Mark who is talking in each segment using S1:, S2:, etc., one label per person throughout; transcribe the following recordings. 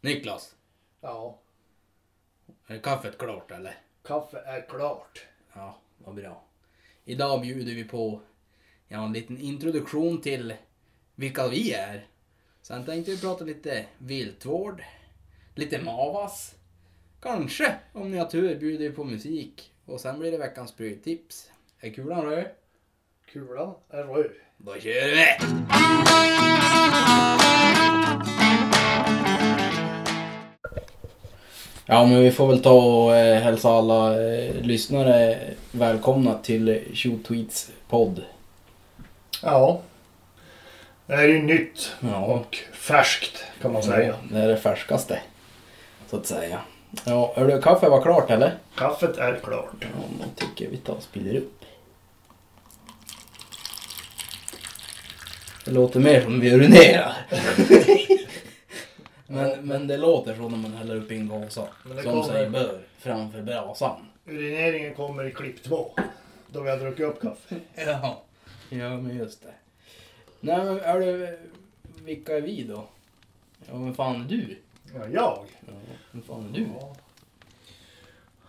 S1: Niklas,
S2: Ja,
S1: är kaffet klart eller?
S2: kaffe är klart.
S1: Ja, vad bra. Idag bjuder vi på ja, en liten introduktion till vilka vi är. Sen tänkte vi prata lite viltvård, lite Mavas. Kanske, om ni har tur, bjuder vi på musik. Och sen blir det veckans pryltips. Är kulan röd?
S2: Kulan är röd.
S1: Då kör vi! Ja, men vi får väl ta och eh, hälsa alla eh, lyssnare välkomna till Shoot Tweets podd.
S2: Ja. Det här är ju nytt
S1: Ja,
S2: och färskt kan man säga.
S1: det är det färskaste. Så att säga. Ja, hörru, kaffe var klart eller?
S2: Kaffet är klart.
S1: Ja, men jag tycker vi tar och spiller upp. Det låter mer som vi urinerar. men, men det låter så när man häller upp i en gåsa.
S2: Men det
S1: Som
S2: kommer-
S1: sig bör framför brasan.
S2: Urineringen kommer i klipp två. Då vi har druckit upp kaffe.
S1: Ja, ja men just det. Nej men är det, vilka är vi då? Ja men fan är du?
S2: Ja, jag.
S1: Ja, vem fan är du?
S2: Ja.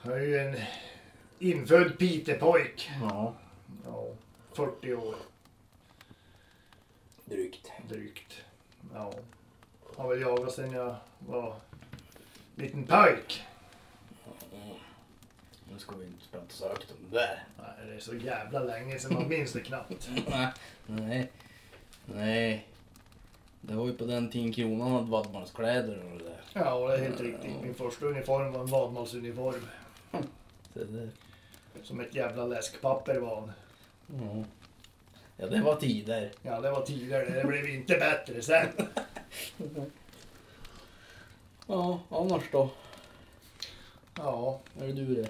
S2: Jag är ju en infödd Pitepojk.
S1: Ja,
S2: Ja, 40 år
S1: drygt.
S2: drygt. Ja. Har väl jagat sedan jag var liten pojk.
S1: Mm. Nu ska vi inte prata så högt om det där.
S2: Nej, det är så jävla länge sedan man minns det knappt.
S1: Nej. Nej. Det var ju på den tiden kronan hade vadmalskläder och det där.
S2: Ja, och det är helt riktigt. Min första uniform var en vadmalsuniform.
S1: Så det,
S2: Som ett jävla läskpapper var han.
S1: ja. ja, det var tider.
S2: Ja, det var tidigare. Det blev inte bättre sen.
S1: Ja, annars då?
S2: Ja,
S1: Är det du det?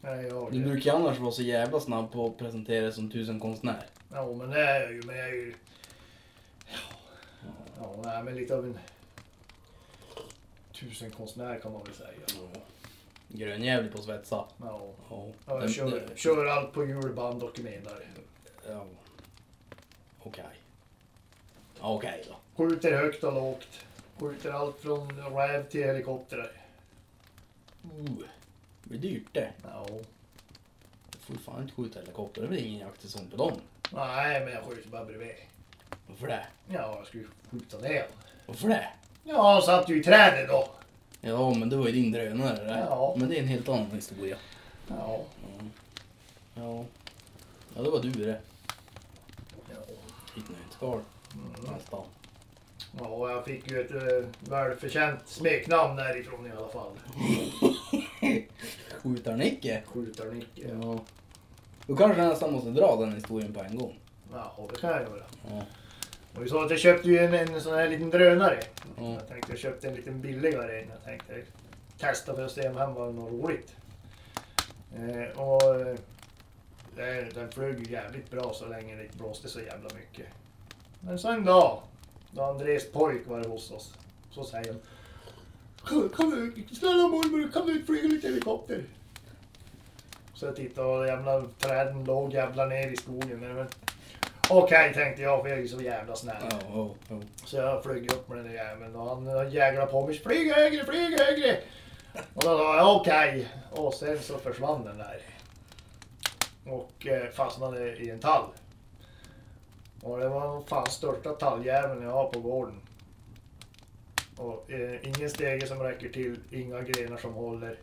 S2: nej, jag har
S1: Du
S2: det.
S1: brukar ju annars vara så jävla snabb på att presentera dig som tusenkonstnär.
S2: Ja, men det är jag ju. Men jag är ju... Ja, ja nej, men lite av en tusenkonstnär kan man väl säga.
S1: Ja. Grönjävlig på att svetsa.
S2: Ja,
S1: Ja.
S2: ja
S1: Den-
S2: jag kör,
S1: den-
S2: kör allt på julband och menar.
S1: Ja. Okej. Ja, Okej då.
S2: Skjuter högt och lågt. Skjuter allt från räv till helikoptrar.
S1: Uh. Det blir dyrt det.
S2: Ja.
S1: Du får ju fan inte skjuta helikopter. Det blir ingen jaktsäsong på dem.
S2: Nej, men jag skjuter bara bredvid.
S1: Varför det?
S2: Ja, jag skulle skjuta ner honom.
S1: Varför det?
S2: Ja, han satt ju i trädet då.
S1: Ja, men det var ju din drönare det.
S2: Ja.
S1: Men det är en helt annan historia.
S2: Ja.
S1: Ja. Ja, det var du det.
S2: Ja,
S1: Fick nu ett skal
S2: mm.
S1: nästan.
S2: ja jag fick ju ett eh, välförtjänt smeknamn därifrån i alla fall.
S1: Skjutarnicke.
S2: Skjutarnicke. Ja.
S1: Ja. Då kanske jag nästan måste dra den historien på en gång.
S2: Jaha, det kan jag göra.
S1: Ja.
S2: Och vi sa att jag köpte ju en, en sån här liten drönare.
S1: Ja.
S2: Jag tänkte jag köpte en liten billigare en. Jag tänkte testa för att se om han var något roligt. Eh, och eh, den, den flög ju jävligt bra så länge det inte blåste så jävla mycket. Men så en dag, då Andres pojk var hos oss, så säger han "Kan- kan du, Snälla mormor, kan du flyga lite helikopter? Så jag tittade och jävla träden låg jävla ner i skogen. Men, men, Okej, tänkte jag, för jag är ju så jävla snäll.
S1: Ja, ja, ja.
S2: Så jag flög upp med den där jäveln och han eh, jäglade på mig. Flyg högre, flyg högre! Och då sa jag okej. Och sen så försvann den där. Och eh, fastnade i en tall. Och det var fan största talljäveln jag har på gården. Och eh, ingen stege som räcker till, inga grenar som håller.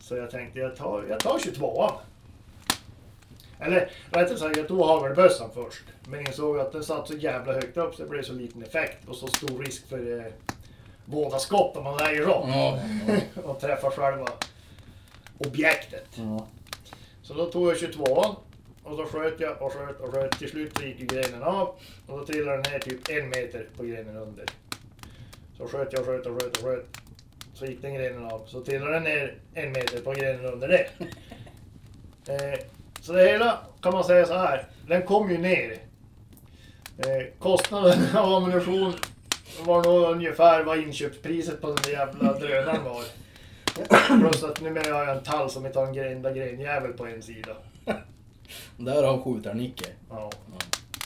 S2: Så jag tänkte jag tar, jag tar 22an. Eller rättare sagt, jag tog hagelbössan först. Men insåg att den satt så jävla högt upp så det blev så liten effekt och så stor risk för eh, båda skott om man lägger om.
S1: Ja, ja,
S2: och träffar själva objektet.
S1: ja.
S2: Så då tog jag 22an och så sköt jag och sköt och sköt. Till slut så gick ju grenen av och då trillade den ner typ en meter på grenen under. Så sköt jag och sköt och sköt och sköt. Så gick den grenen av. Så trillade den ner en meter på grenen under det. Eh, så det hela kan man säga så här. Den kom ju ner. Eh, kostnaden av ammunition var nog ungefär vad inköpspriset på den där jävla drönaren var. Plus att numera har jag en tall som inte har en grenda grenjävel på en sida.
S1: Där har skjutarnicke.
S2: Ja.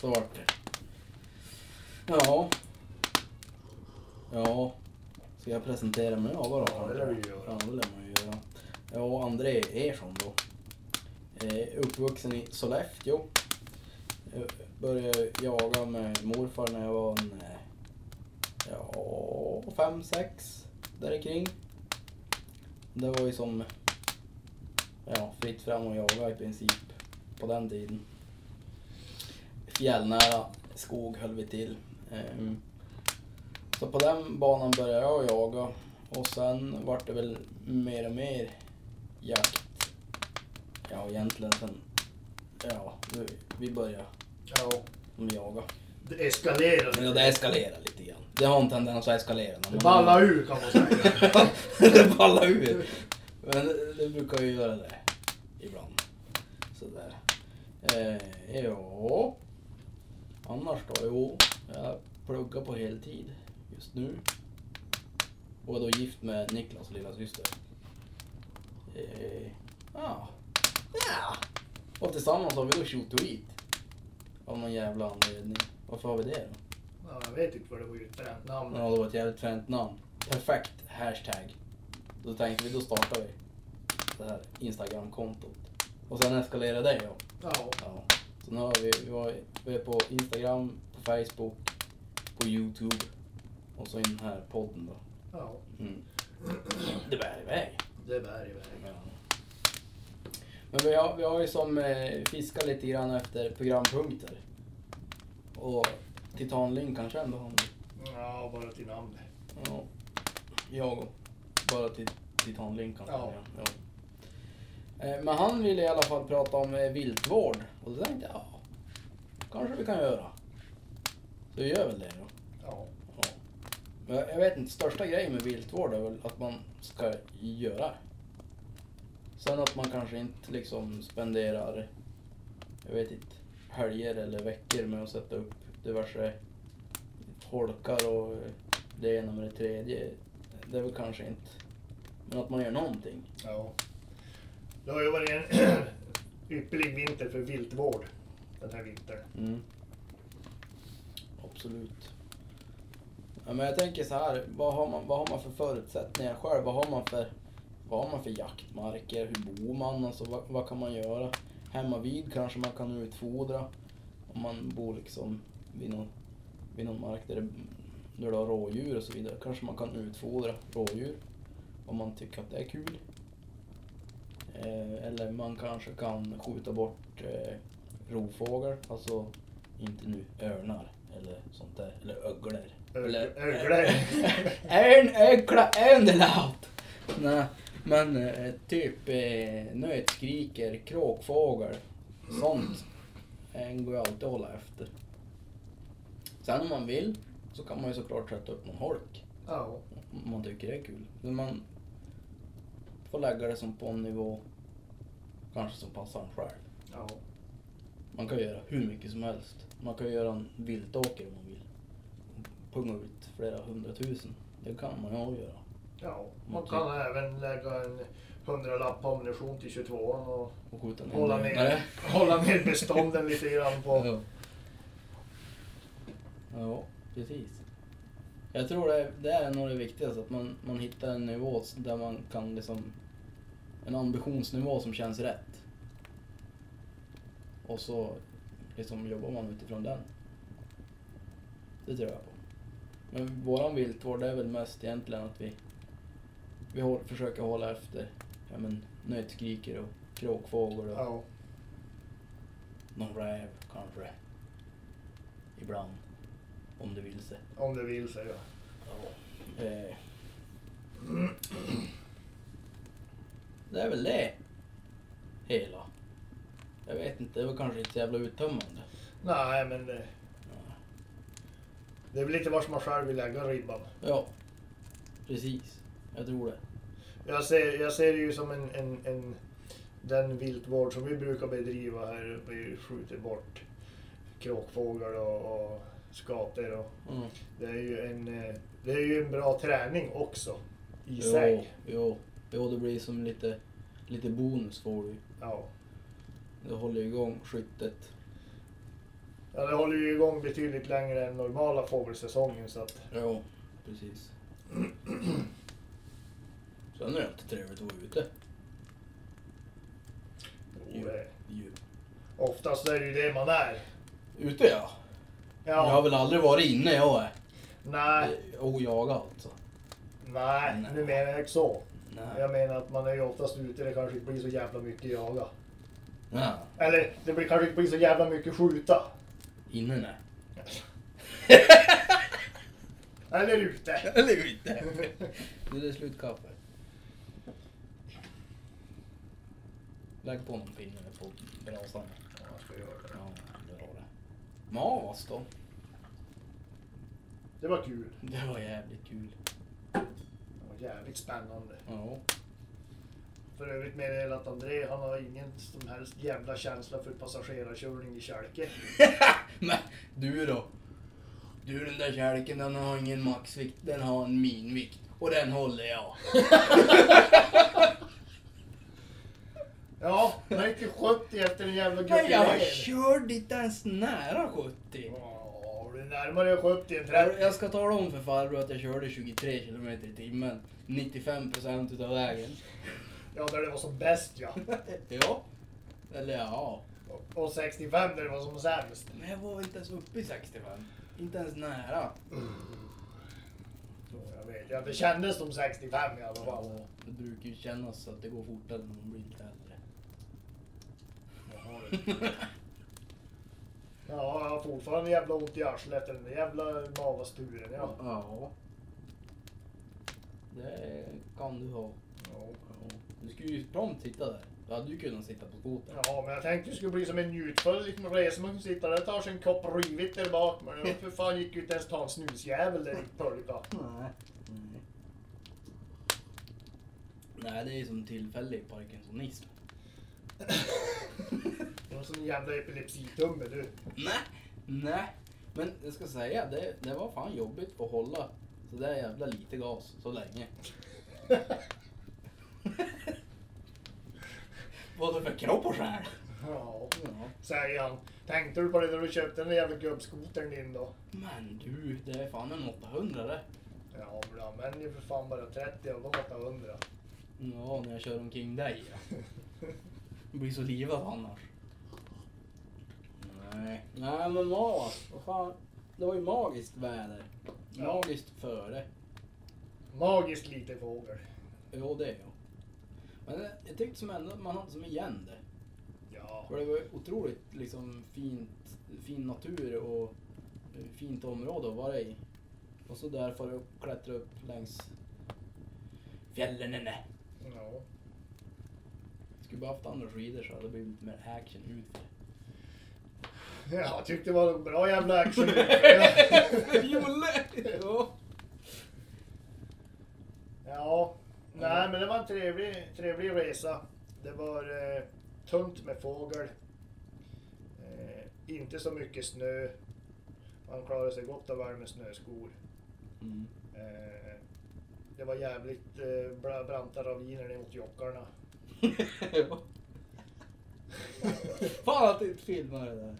S1: Så vart det. Ja. Ja. Ska jag presentera mig? Ja, vadå?
S2: Ja, det lär du göra.
S1: Ja, det lär man ju göra. Jag och André Ersson då. Eh, uppvuxen i Sollefteå. Eh, Började jaga med morfar när jag var en, eh, ja, fem, sex där kring. Det var ju som ja, fritt fram och jaga i princip på den tiden. Fjällnära skog höll vi till. Ehm, så på den banan började jag jaga och sen vart det väl mer och mer jakt. Ja, egentligen sen ja, vi- vi började
S2: Ja,
S1: jaga.
S2: det eskalerar.
S1: Men det eskalerar lite grann. Det har en tendens att eskalera. när
S2: Det
S1: man-
S2: ballar ur kan man säga.
S1: det ballar ur. Men det, det brukar ju göra det ibland. Sådär. Eh, ja. Annars då? Jo, jag pluggar på heltid just nu. Och är då gift med Niklas lilla syster. Eh, ja. ja. Och tillsammans har vi då shoot to eat. Av någon jävla anledning. Varför har vi det då?
S2: Ja, jag vet inte vad det var ju ett namn.
S1: Ja, det var ett jävligt fränt namn. Perfekt hashtag. Då tänkte vi, då startar vi det här Instagram-kontot. Och sen eskalerade det ja.
S2: Ja.
S1: ja. Så nu har vi, vi, var, vi är på Instagram, på Facebook, på Youtube och så i den här podden då.
S2: ja.
S1: Mm. Det bär iväg.
S2: Det bär iväg.
S1: Ja. Men vi har, vi har ju som eh, fiskat lite grann efter programpunkter. Och Titanlink kanske ändå har något.
S2: Ja, bara till namnet.
S1: Ja, jag och bara till Titanlinkan.
S2: Ja.
S1: Ja. Eh, Men han ville i alla fall prata om eh, viltvård och då tänkte jag, ja, kanske vi kan göra. Så vi gör väl det då.
S2: Ja.
S1: Ja. Men jag jag vet inte, största grejen med viltvård är väl att man ska göra. Sen att man kanske inte liksom spenderar, jag vet inte, helger eller veckor med att sätta upp diverse holkar och det ena med det tredje. Det är väl kanske inte, men att man gör någonting.
S2: ja. Det har ju varit en ypperlig vinter för viltvård den här vintern.
S1: Mm. Absolut. Ja, men jag tänker så här, vad har, man, vad har man för förutsättningar själv? Vad har man för, vad har man för jaktmarker? Hur bor man? Alltså, vad, vad kan man göra? Hemma vid kanske man kan utfodra om man bor liksom vid någon, vid någon mark där det, där det har rådjur och så vidare. Kanske man kan utfodra rådjur om man tycker att det är kul. Eh, eller man kanske kan skjuta bort eh, rovfågel, alltså inte nu örnar eller sånt där, eller öglor.
S2: Ög-
S1: Eller-
S2: öglor.
S1: Örn, ögla, önelat! Nej, men eh, typ eh, nötskriker, kråkfågel, sånt en går jag alltid att hålla efter. Sen om man vill så kan man ju såklart sätta upp någon holk
S2: Ja.
S1: om man tycker det är kul. Men man får lägga det som på en nivå kanske som passar en själv.
S2: Ja.
S1: Man kan göra hur mycket som helst. Man kan göra en viltåker om man vill. Punga ut flera hundratusen. Det kan man ju göra.
S2: Ja. Man kan även lägga en hundralapp på ammunition till 22an och
S1: Och skjuta ner
S2: hålla
S1: den.
S2: ner,
S1: Nej.
S2: hålla ner bestånden lite grann på.
S1: Ja. ja, precis. Jag tror det, det är nog det viktigaste, att man, man hittar en nivå där man kan liksom... En ambitionsnivå som känns rätt. Och så liksom jobbar man utifrån den. Det tror jag på. Men våran viltvård är väl mest egentligen att vi, vi håll, försöker hålla efter ja, men, nötkrikor och kråkfågel och
S2: Ja.
S1: någon räv kanske. Ibland. Om det vill sig.
S2: Om det vill sig. Ja.
S1: Eh. Det är väl det. Hela. Jag vet inte, det var kanske inte så jävla uttömmande.
S2: Nej, men det, det är väl lite var som man själv vill lägga ribban.
S1: Ja. Precis. Jag tror det.
S2: Jag ser, jag ser det ju som en, en, en, den viltvård som vi brukar bedriva här uppe. Vi skjuter bort kråkfågel och, och skator. Och,
S1: Mm.
S2: det, är ju en, eh, det är ju en bra träning också i sig.
S1: Jo, jo. Jo, det blir som lite, lite bonus får du.
S2: Ja.
S1: Det håller igång skyttet.
S2: Ja, det håller ju igång betydligt längre än normala fågelsäsongen. Så att,
S1: Ja, precis. Sen är det inte trevligt att vara ute.
S2: Jo, det-
S1: Ju-
S2: eh, Oftast är det ju det man är.
S1: Ute ja. Jag har
S2: Ja,
S1: väl aldrig varit inne jag är.
S2: nej,
S1: Och jagat alltså.
S2: nej, nu menar jag inte så.
S1: Nej.
S2: Jag menar att man är ju oftast ute, det kanske inte blir så jävla mycket jaga.
S1: Nej.
S2: Eller det blir kanske inte blir så jävla mycket skjuta.
S1: Inne nej.
S2: Eller ute.
S1: Eller inte. Nu är det slut kaffe. Lägg på någon pinne på brasan. Ja, det var det. Mas då.
S2: Det var kul.
S1: Det var jävligt kul.
S2: Det var jävligt spännande.
S1: Ja.
S2: För övrigt meddelar att André, han har ingen som helst jävla känsla för passagerarkörning i kälke.
S1: Men du då? Du den där kärleken den har ingen maxvikt, den har en minvikt. Och den håller jag.
S2: Ja, han är inte 70 efter en jävla
S1: Men jag
S2: gurkagrej.
S1: körde inte ens nära 70.
S2: Ja, du är närmare 70 än 30.
S1: Jag jag ska tala om för farbror att jag körde 23 km i timmen. 95% utav vägen.
S2: Ja, där det var som bäst ja.
S1: ja. Eller ja.
S2: Och 65 där det var som sämst.
S1: Men jag var inte ens uppe i 65. Inte ens nära.
S2: Ja, Jag vet, ja, det kändes som 65 i alla
S1: Ja,
S2: fall.
S1: det brukar ju kännas så att det går fortare när man blir lite äldre.
S2: Ja, jag har fortfarande jävla ont i arslet efter den där jävla mavasturen. Ja.
S1: ja. Det kan du ha.
S2: Ja.
S1: Du skulle ju prompt sitta där. Du hade ju kunnat sitta på skotern.
S2: ja, men jag tänkte det skulle bli som en njutfull liten resa. Man kunde sitta där och ta sig en kopp rivigt där bak. Men jag för fan gick ju inte ens ta en snusjävel där i pulka.
S1: Nej. Nej. Nej, det är ju som tillfällig parkinsonism.
S2: Det var sån jävla epilepsitumme du.
S1: Nej, nej. Men jag ska säga, det, det var fan jobbigt att hålla så där jävla lite gas så länge. Både för kropp och själ.
S2: Ja,
S1: Ja.
S2: säger han. Tänkte du på det när du köpte den där jävla gubbskotern din då?
S1: Men du, det är fan en 800 det.
S2: Ja, men du använder ju för fan bara 30 av de 800.
S1: Ja, när jag kör omkring dig. Ja. Jag blir så livad annars. Nej. Nej men mas, vad fan. Det var ju magiskt väder.
S2: Ja.
S1: Magiskt före.
S2: Magiskt lite fågel.
S1: Jo det är jag. Men jag tyckte som ändå att man hade som igen det.
S2: Ja.
S1: För det var ju otroligt liksom fint, fin natur och eh, fint område att vara i. Och så där får du klättra upp längs fjällen. nej.
S2: ja.
S1: Skulle bara haft andra skidor så hade det blivit lite mer action utför.
S2: Jag tyckte det var en bra jävla action.
S1: Jolle! Ja.
S2: ja. Nej, men det var en trevlig, trevlig resa. Det var eh, tunt med fågel. Eh, inte så mycket snö. Man klarade sig gott och väl med snöskor.
S1: Mm.
S2: Eh, det var jävligt eh, bra- branta raviner ner mot Jockarna.
S1: Ja. Fan att du inte filmade det där.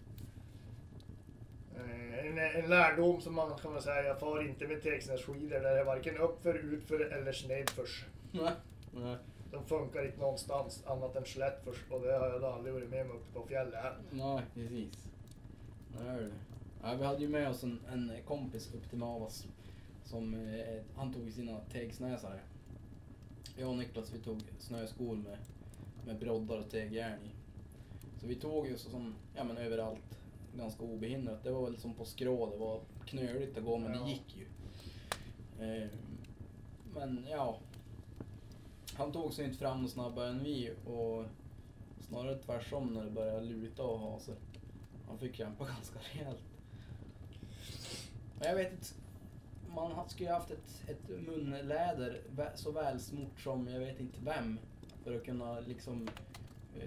S2: Eh, En, en lärdom som man kan väl säga, jag far inte med tegsnässkidor där det är varken uppför, utför eller snedförs.
S1: Nej. Nej.
S2: De funkar inte någonstans annat än Slättfors och det har jag då aldrig varit med om uppe på fjället än.
S1: Nej, precis. Nej, det. Ja, vi hade ju med oss en, en kompis upp till Mavas. Som, eh, han tog sina tegsnäsare. Jag och Niklas vi tog snöskor med, med broddar och tegjärn i. Så vi tog ju så som, ja men överallt, ganska obehindrat. Det var väl som på skrå, det var knöligt att gå men
S2: Ja.
S1: det gick ju. Eh, men ja. Han tog sig inte fram snabbare än vi och Snarare tvärtom när det började luta och ha sig. Han fick kämpa ganska rejält. Men jag vet inte. Man ha- skulle ju haft ett, ett munläder vä- så välsmort som jag vet inte vem. För att kunna liksom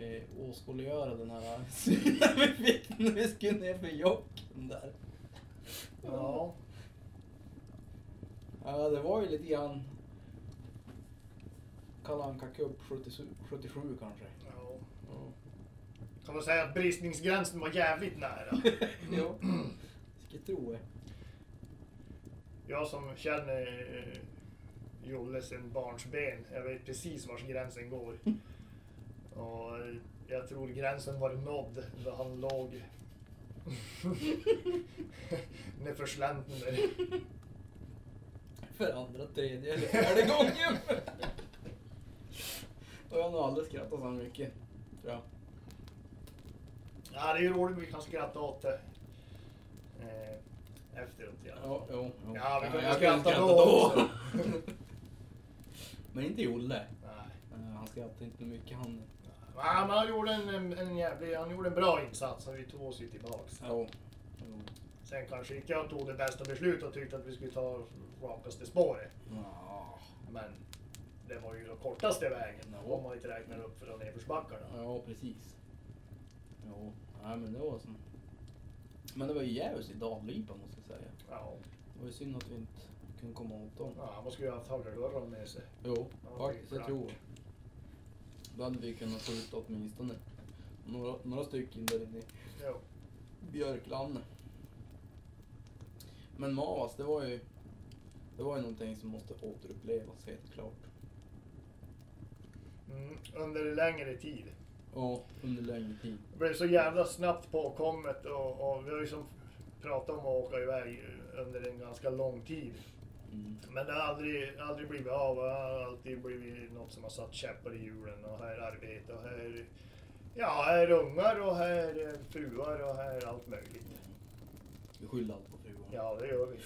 S1: eh, åskådliggöra den här synen vi fick när vi skulle ner för jocken där.
S2: Ja.
S1: Ja, det var ju lite grann Kalle Anka Cup 77, 77 kanske.
S2: ja.
S1: Ja.
S2: Kan man säga att bristningsgränsen var jävligt nära.
S1: ja. Vilket tro det.
S2: Jag som känner eh, Jolle sen barnsben. Jag vet precis var gränsen går. Och eh, jag tror gränsen var nådd där han låg. När förslänten där.
S1: För andra, tredje eller fjärde gången. Och jag har nog aldrig skrattat så här mycket. Tror jag.
S2: Ja, det är ju roligt vi kan skratta åt det. Eh, efteråt i alla fall.
S1: Ja, jo, jo.
S2: Ja, vi kunde
S1: jag
S2: skratta
S1: kunde
S2: då också.
S1: Men inte Jolle.
S2: Nej.
S1: Eh, Han skrattade inte mycket han.
S2: Ja, men han gjorde en, en, en jävlig, han gjorde en bra insats och vi tog oss ju tillbaks.
S1: Jo.
S2: Sen kanske inte jag tog det bästa beslutet och tyckte att vi skulle ta rakaste spåret.
S1: Ja.
S2: Men det var ju den kortaste vägen
S1: Ja.
S2: om man inte räknar upp för de nedförsbackarna.
S1: Ja, precis. Jo, nej men det var så. Men det var ju djävulskt i Dalripa måste jag säga.
S2: Ja,
S1: Det var ju synd att vi inte kunde komma åt dem.
S2: ja man skulle ju ha haft haggeldörrar med sig.
S1: Jo,
S2: Ja,
S1: faktiskt.
S2: det är
S1: Jag
S2: klart.
S1: tror. Då hade vi kunnat skjuta åtminstone några, några stycken där inne i
S2: Jo.
S1: björklandet. Men Mavas, det var ju... Det var ju någonting som måste återupplevas helt klart.
S2: Mm, under längre tid.
S1: Ja, under längre tid.
S2: Det blev så jävla snabbt påkommet och, och vi har ju som pratat om att åka iväg under en ganska lång tid.
S1: Mm.
S2: Men det har aldrig, aldrig blivit av. Det har alltid blivit något som har satt käppar i hjulen. Och här är arbete och här... Ja, här är ungar och här är fruar och här är allt möjligt.
S1: Vi skyller allt på frugan.
S2: Ja, det gör vi.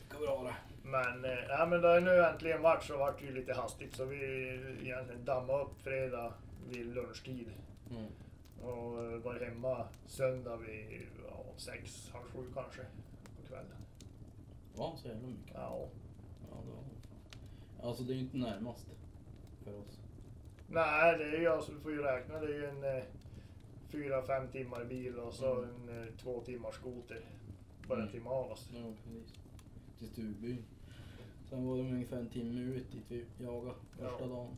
S1: Vilka bra det.
S2: Men, eh, ja, men det har nu äntligen varit så vart det ju lite hastigt så vi egentligen dammade upp fredag vid lunchtid.
S1: Mm.
S2: Och eh, var hemma söndag vid ja, sex, halv sju kanske på kvällen.
S1: Det var så jävla mycket.
S2: Ja.
S1: Ja, det var Alltså det är ju inte närmast för oss.
S2: Nej, det är ju, alltså, du får ju räkna. Det är ju en eh, fyra, fem timmar bil och så
S1: Mm.
S2: en eh, två timmars skoter. Bara en
S1: Mm.
S2: timme av oss.
S1: Ja, precis. Till stugbyn. Sen var det ungefär en timme ut dit vi jagade första
S2: Ja.
S1: dagen.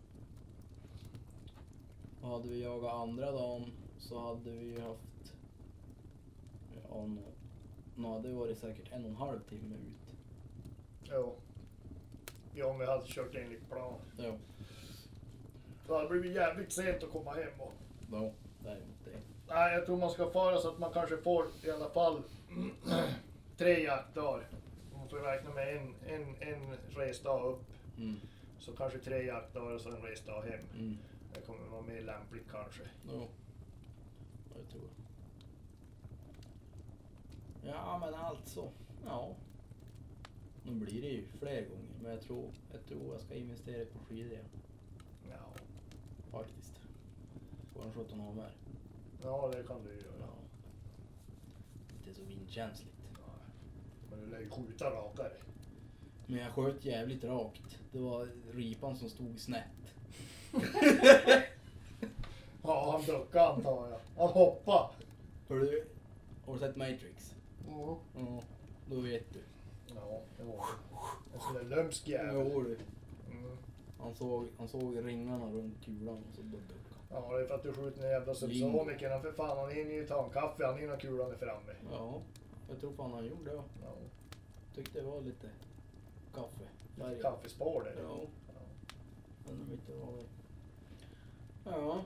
S1: Och hade vi jagat andra dagen så hade vi ju haft... Ja, nå, nå hade det varit säkert en och en halv timme ut.
S2: Jo. Ja, om vi hade kört enligt plan.
S1: Ja,
S2: Då hade det blivit jävligt sent att komma hem. Och...
S1: då, däremot det.
S2: Nej, jag tror man ska fara så att man kanske får i alla fall tre jaktdagar. Om Man får räkna med en, en, en resdag upp.
S1: Mm,
S2: Så kanske tre jaktdagar och så en resdag hem.
S1: mm,
S2: Det kommer vara mer lämpligt kanske.
S1: ja. Ja, det tror jag. Ja, men alltså. Ja. Nu blir det ju fler gånger, men jag tror jag, tror jag ska investera på skidor igen.
S2: Ja,
S1: Faktiskt. Får en 17 av här.
S2: ja det kan du ju göra.
S1: Inte så vindkänsligt.
S2: Nej, Men du lär ju skjuta rakare.
S1: Men jag sköt jävligt rakt. Det var ripan som stod snett.
S2: Ja, han duckade antar jag. Han hoppade.
S1: Hör du? Har du sett Matrix?
S2: Ja,
S1: Ja, då vet du.
S2: det var en sån där lömsk jävel.
S1: Jo, du.
S2: Mm.
S1: Han såg, han såg ringarna runt kulan och så bara duckade
S2: Ja, det är för att du skjuter den jävla subsonikern. Han för fan, han hinner ju ta en kaffe. Han hinner kulan är framme.
S1: Ja, jag tror fan han gjorde det.
S2: Ja.
S1: Tyckte det var lite kaffe.
S2: Lite kaffespår där.
S1: Ja. Undrar om inte det var det. Ja.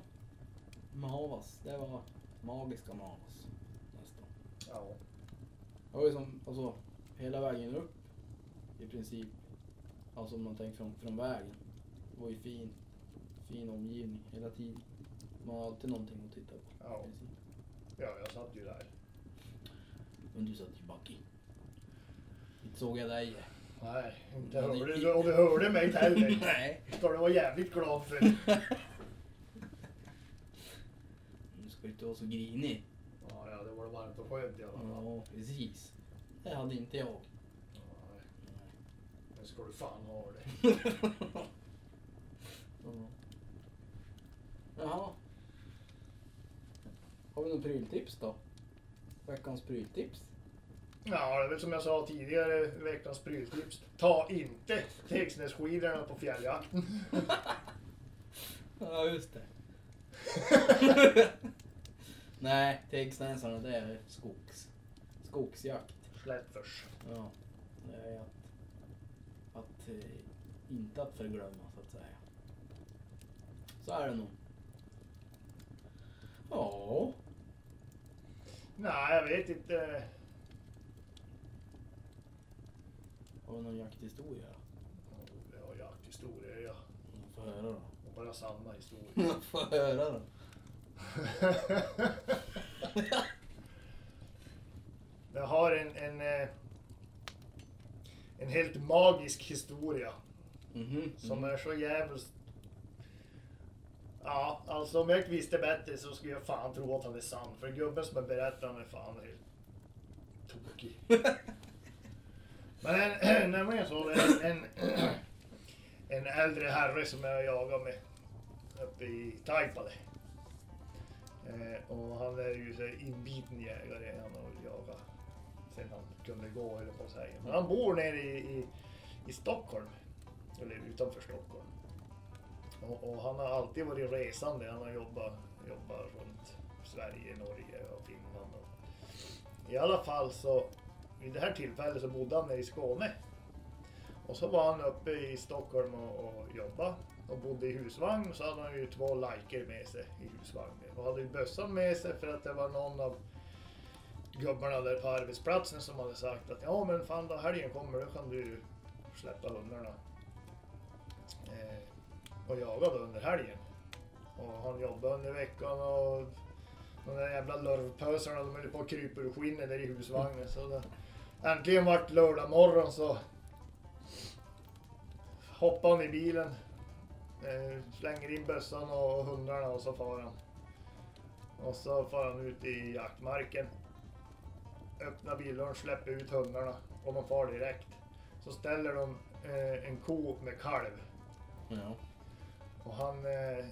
S1: Mavas. Det var magiska Mavas. Nästan.
S2: Ja.
S1: Det var ju som, alltså, hela vägen upp i princip. Alltså om man tänker från, från vägen. Det var ju fin, fin omgivning hela tiden. Man har alltid någonting att titta på.
S2: Ja.
S1: i princip.
S2: ja, jag satt ju där.
S1: Men du satt ju bak i. Inte såg jag dig.
S2: Nej, inte
S1: Men det-
S2: hörde du. Och du hörde mig inte heller.
S1: Nej.
S2: Ska du vara jävligt glad för.
S1: Du ska inte vara så grinig.
S2: Ja, ja, det var varmt och skönt i alla fall.
S1: Ja, precis. Det hade inte jag.
S2: Nej, men ska du fan ha det.
S1: Ja. Jaha. Har vi något pryltips då? Veckans pryltips?
S2: Ja, det är väl som jag sa tidigare, veckans pryltips. Ta inte Tegsnässkidorna på fjälljakten.
S1: Ja, just det. Nej, tegsnäsarna det är skogs. Skogsjakt.
S2: Slättfors.
S1: Ja, det är att, att eh, inte att förglömma så att säga. Så är det nog. Ja.
S2: Nej, jag vet inte.
S1: Har vi någon jakthistoria?
S2: Vi har jakthistorier, ja.
S1: Få höra då.
S2: Och bara samma historia.
S1: Få höra då.
S2: jag har en, en, eh, en helt magisk historia.
S1: Mhm.
S2: Som är så jävligt... Ja, alltså om jag inte visste bättre så skulle jag fan tro att han är sann. För gubben som jag berättar om är fan helt tokig. Men en, nämligen så var det en, en äldre herre som jag jagade med uppe i Taipale. Eh, och han är ju så här inbiten jägare. Han har väl jagat sen han kunde gå, eller på att säga. Men han bor nere i, i, i Stockholm eller utanför Stockholm. Och, och han har alltid varit resande. Han har jobbat, jobbat runt Sverige, Norge och Finland. Och. I alla fall så, vid det här tillfället så bodde han nere i Skåne. Och så var han uppe i Stockholm och, och jobbade och bodde i husvagn. Så hade han ju två liker med sig i husvagnen. Och hade ju bössan med sig för att det var någon av gubbarna där på arbetsplatsen som hade sagt att ja men fan då helgen kommer då kan du släppa hundarna eh, och jagade under helgen. Och han jobbade under veckan och de där jävla lurvpösarna de höll på att krypa ur skinnet där i husvagnen. Så det, äntligen vart lördag morgon så hoppade han i bilen, eh, slänger in bössan och hundarna och så far han. Och så far han ut i jaktmarken. Öppnar bilen, släpper ut hundarna och de far direkt. Så ställer de eh, en ko med kalv
S1: Ja.
S2: och han, eh,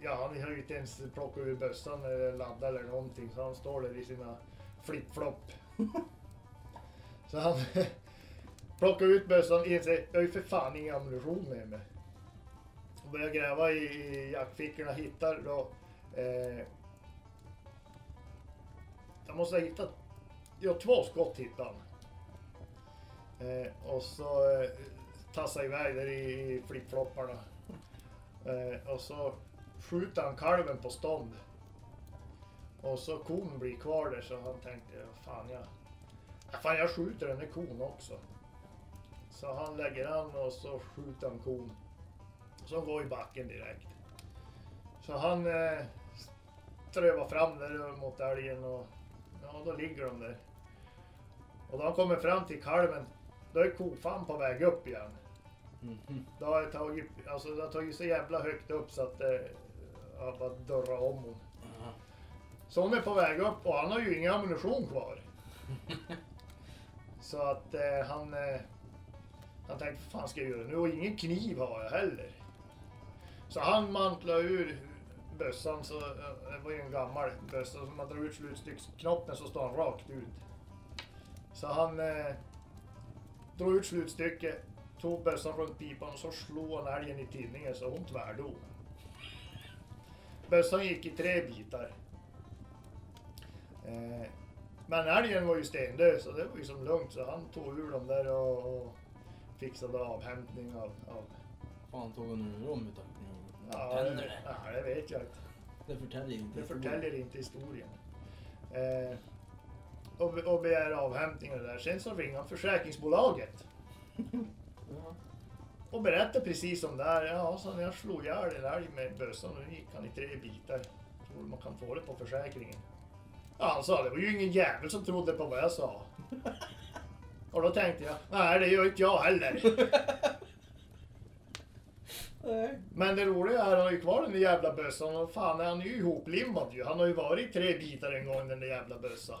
S2: ja, han har ju inte ens plockat ur bössan eller laddat eller någonting så han står där i sina flip-flop. så han plockar ut bössan och inser jag har ju för fan ingen ammunition med mig. Och börjar gräva i, i jackfickorna, hittar då... Eh, jag måste ha hittat... Ja, två skott hittade han. Eh, och så eh, tassar iväg där i, i flipflopparna. Eh, och så skjuter han kalven på stånd. Och så kon blir kvar där så han tänkte, "Ja, fan jag, ja, fan jag skjuter den där kon också. Så han lägger an och så skjuter han kon. Som går i backen direkt. Så han eh, strövar fram där mot älgen och ja, då ligger de där. Och då han kommer fram till kalven, då är kofan på väg upp igen.
S1: Mhm.
S2: Det har jag tagit, alltså det har tagit så jävla högt upp så att eh, jag bara dörrar om hon.
S1: Ja.
S2: Så hon är på väg upp och han har ju ingen ammunition kvar. så att eh, han, eh, han tänkte, vad fan ska jag göra nu? Och ingen kniv har jag heller. Så han mantlade ur bössan, så, eh, det var ju en gammal bössa, så man drar ut slutstycksknoppen så står han rakt ut. Så han eh, drog ut slutstycket, tog bössan runt pipan och så slog han älgen i tinningen så hon tvärdog. Bössan gick i tre bitar. Eh, Men älgen var ju stendöd så det var ju som lugnt så han tog ur dem där och, och fixade avhämtning av... av
S1: Fan tog hon ur dem utan kniv?
S2: ja,
S1: Tänder
S2: det,
S1: det?
S2: ja, det vet jag inte.
S1: Det förtäljer inte.
S2: Det förtäljer inte historien. Eh, och, be- och begär avhämtning och det där. Sen så ringer han försäkringsbolaget
S1: Ja.
S2: och berättar precis om det här. Ja, så när jag slog ihjäl en älg med bössan och nu gick han i tre bitar. Tror du man kan få det på försäkringen? Ja, han sa det var ju ingen jävel som trodde på vad jag sa. Och då tänkte jag, nej det gör inte jag heller.
S1: Nej.
S2: Men det roliga är, han har ju kvar den där jävla bössan och fan han är ju ihoplimmad ju. Han har ju varit i tre bitar en gång den där jävla bössan.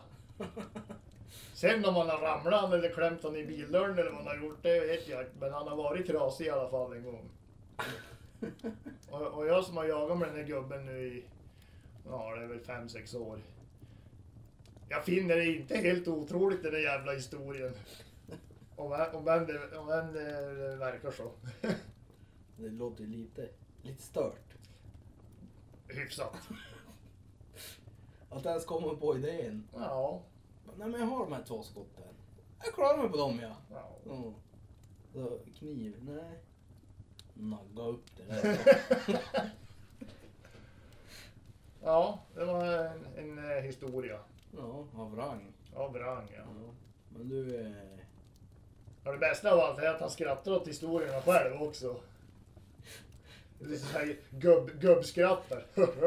S2: Sen om han har ramlat han eller klämt han i bildörren eller vad han har gjort, det vet jag inte. Men han har varit trasig i alla fall en gång. Och, och jag som har jagat med den där gubben nu i, ja det är väl fem sex år. Jag finner det inte helt otroligt den där jävla historien. Om, än- om, än det, om än det verkar så.
S1: Det låter ju lite, lite stört.
S2: Hyfsat.
S1: Att ens komma på idén.
S2: Ja.
S1: Nej men jag har de här två skotten. Jag klarar mig på dem ja.
S2: ja.
S1: Ja. Så, Mm. kniv, nej.
S3: nagga upp det där.
S2: Ja, det var en, en eh, historia.
S1: Ja, av rang.
S2: Ja, Brang ja.
S1: Ja. Men du... eh,
S2: Ja, det bästa av allt är att han skrattar åt historierna själv också. Det är så här gubb, gubbskrattar.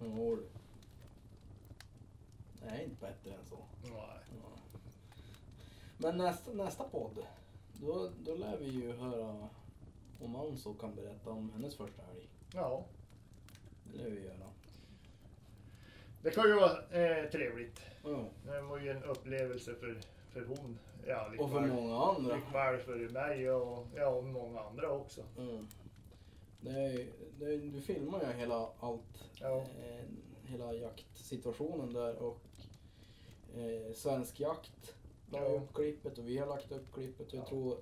S1: Ja du. Nej, inte bättre än så.
S2: Nej.
S1: Ja. Men nästa, nästa podd, då, då lär vi ju höra om Anso kan berätta om hennes första helg.
S2: Ja,
S1: Det lär vi göra.
S2: det kan ju vara eh, trevligt.
S1: Ja.
S2: Det var ju en upplevelse för, för hon. Ja,
S1: Och för många andra.
S2: Likväl för mig och, ja, och många andra också.
S1: Mm. Det är, det är, du filmar ju hela allt,
S2: Ja.
S1: eh, hela jaktsituationen där och eh, Svensk Jakt la
S2: Ja.
S1: upp klippet och vi har lagt upp klippet. Jag
S2: Ja.
S1: tror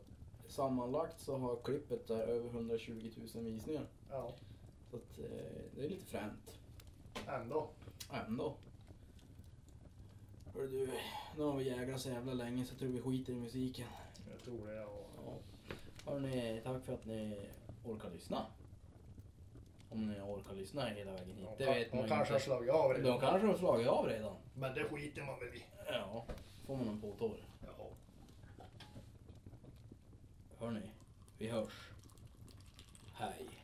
S1: sammanlagt så har klippet där över 120 000 visningar.
S2: Ja,
S1: Så att, eh, det är lite fränt
S2: ändå.
S1: ändå. Hör du, nu har vi jägrat så jävla länge så jag tror vi skiter i musiken.
S2: Jag tror det. Och,
S1: Ja. Hörni, tack för att ni orkar lyssna. Om ni orkar lyssna hela vägen hit, det
S2: de,
S1: vet man ju
S2: de kanske har
S1: inte.
S2: slagit av det.
S1: De kanske har slagit av redan.
S2: Men det skiter man väl i.
S1: Ja, får man en påtår.
S2: Ja.
S1: Hörni, vi hörs. Hej.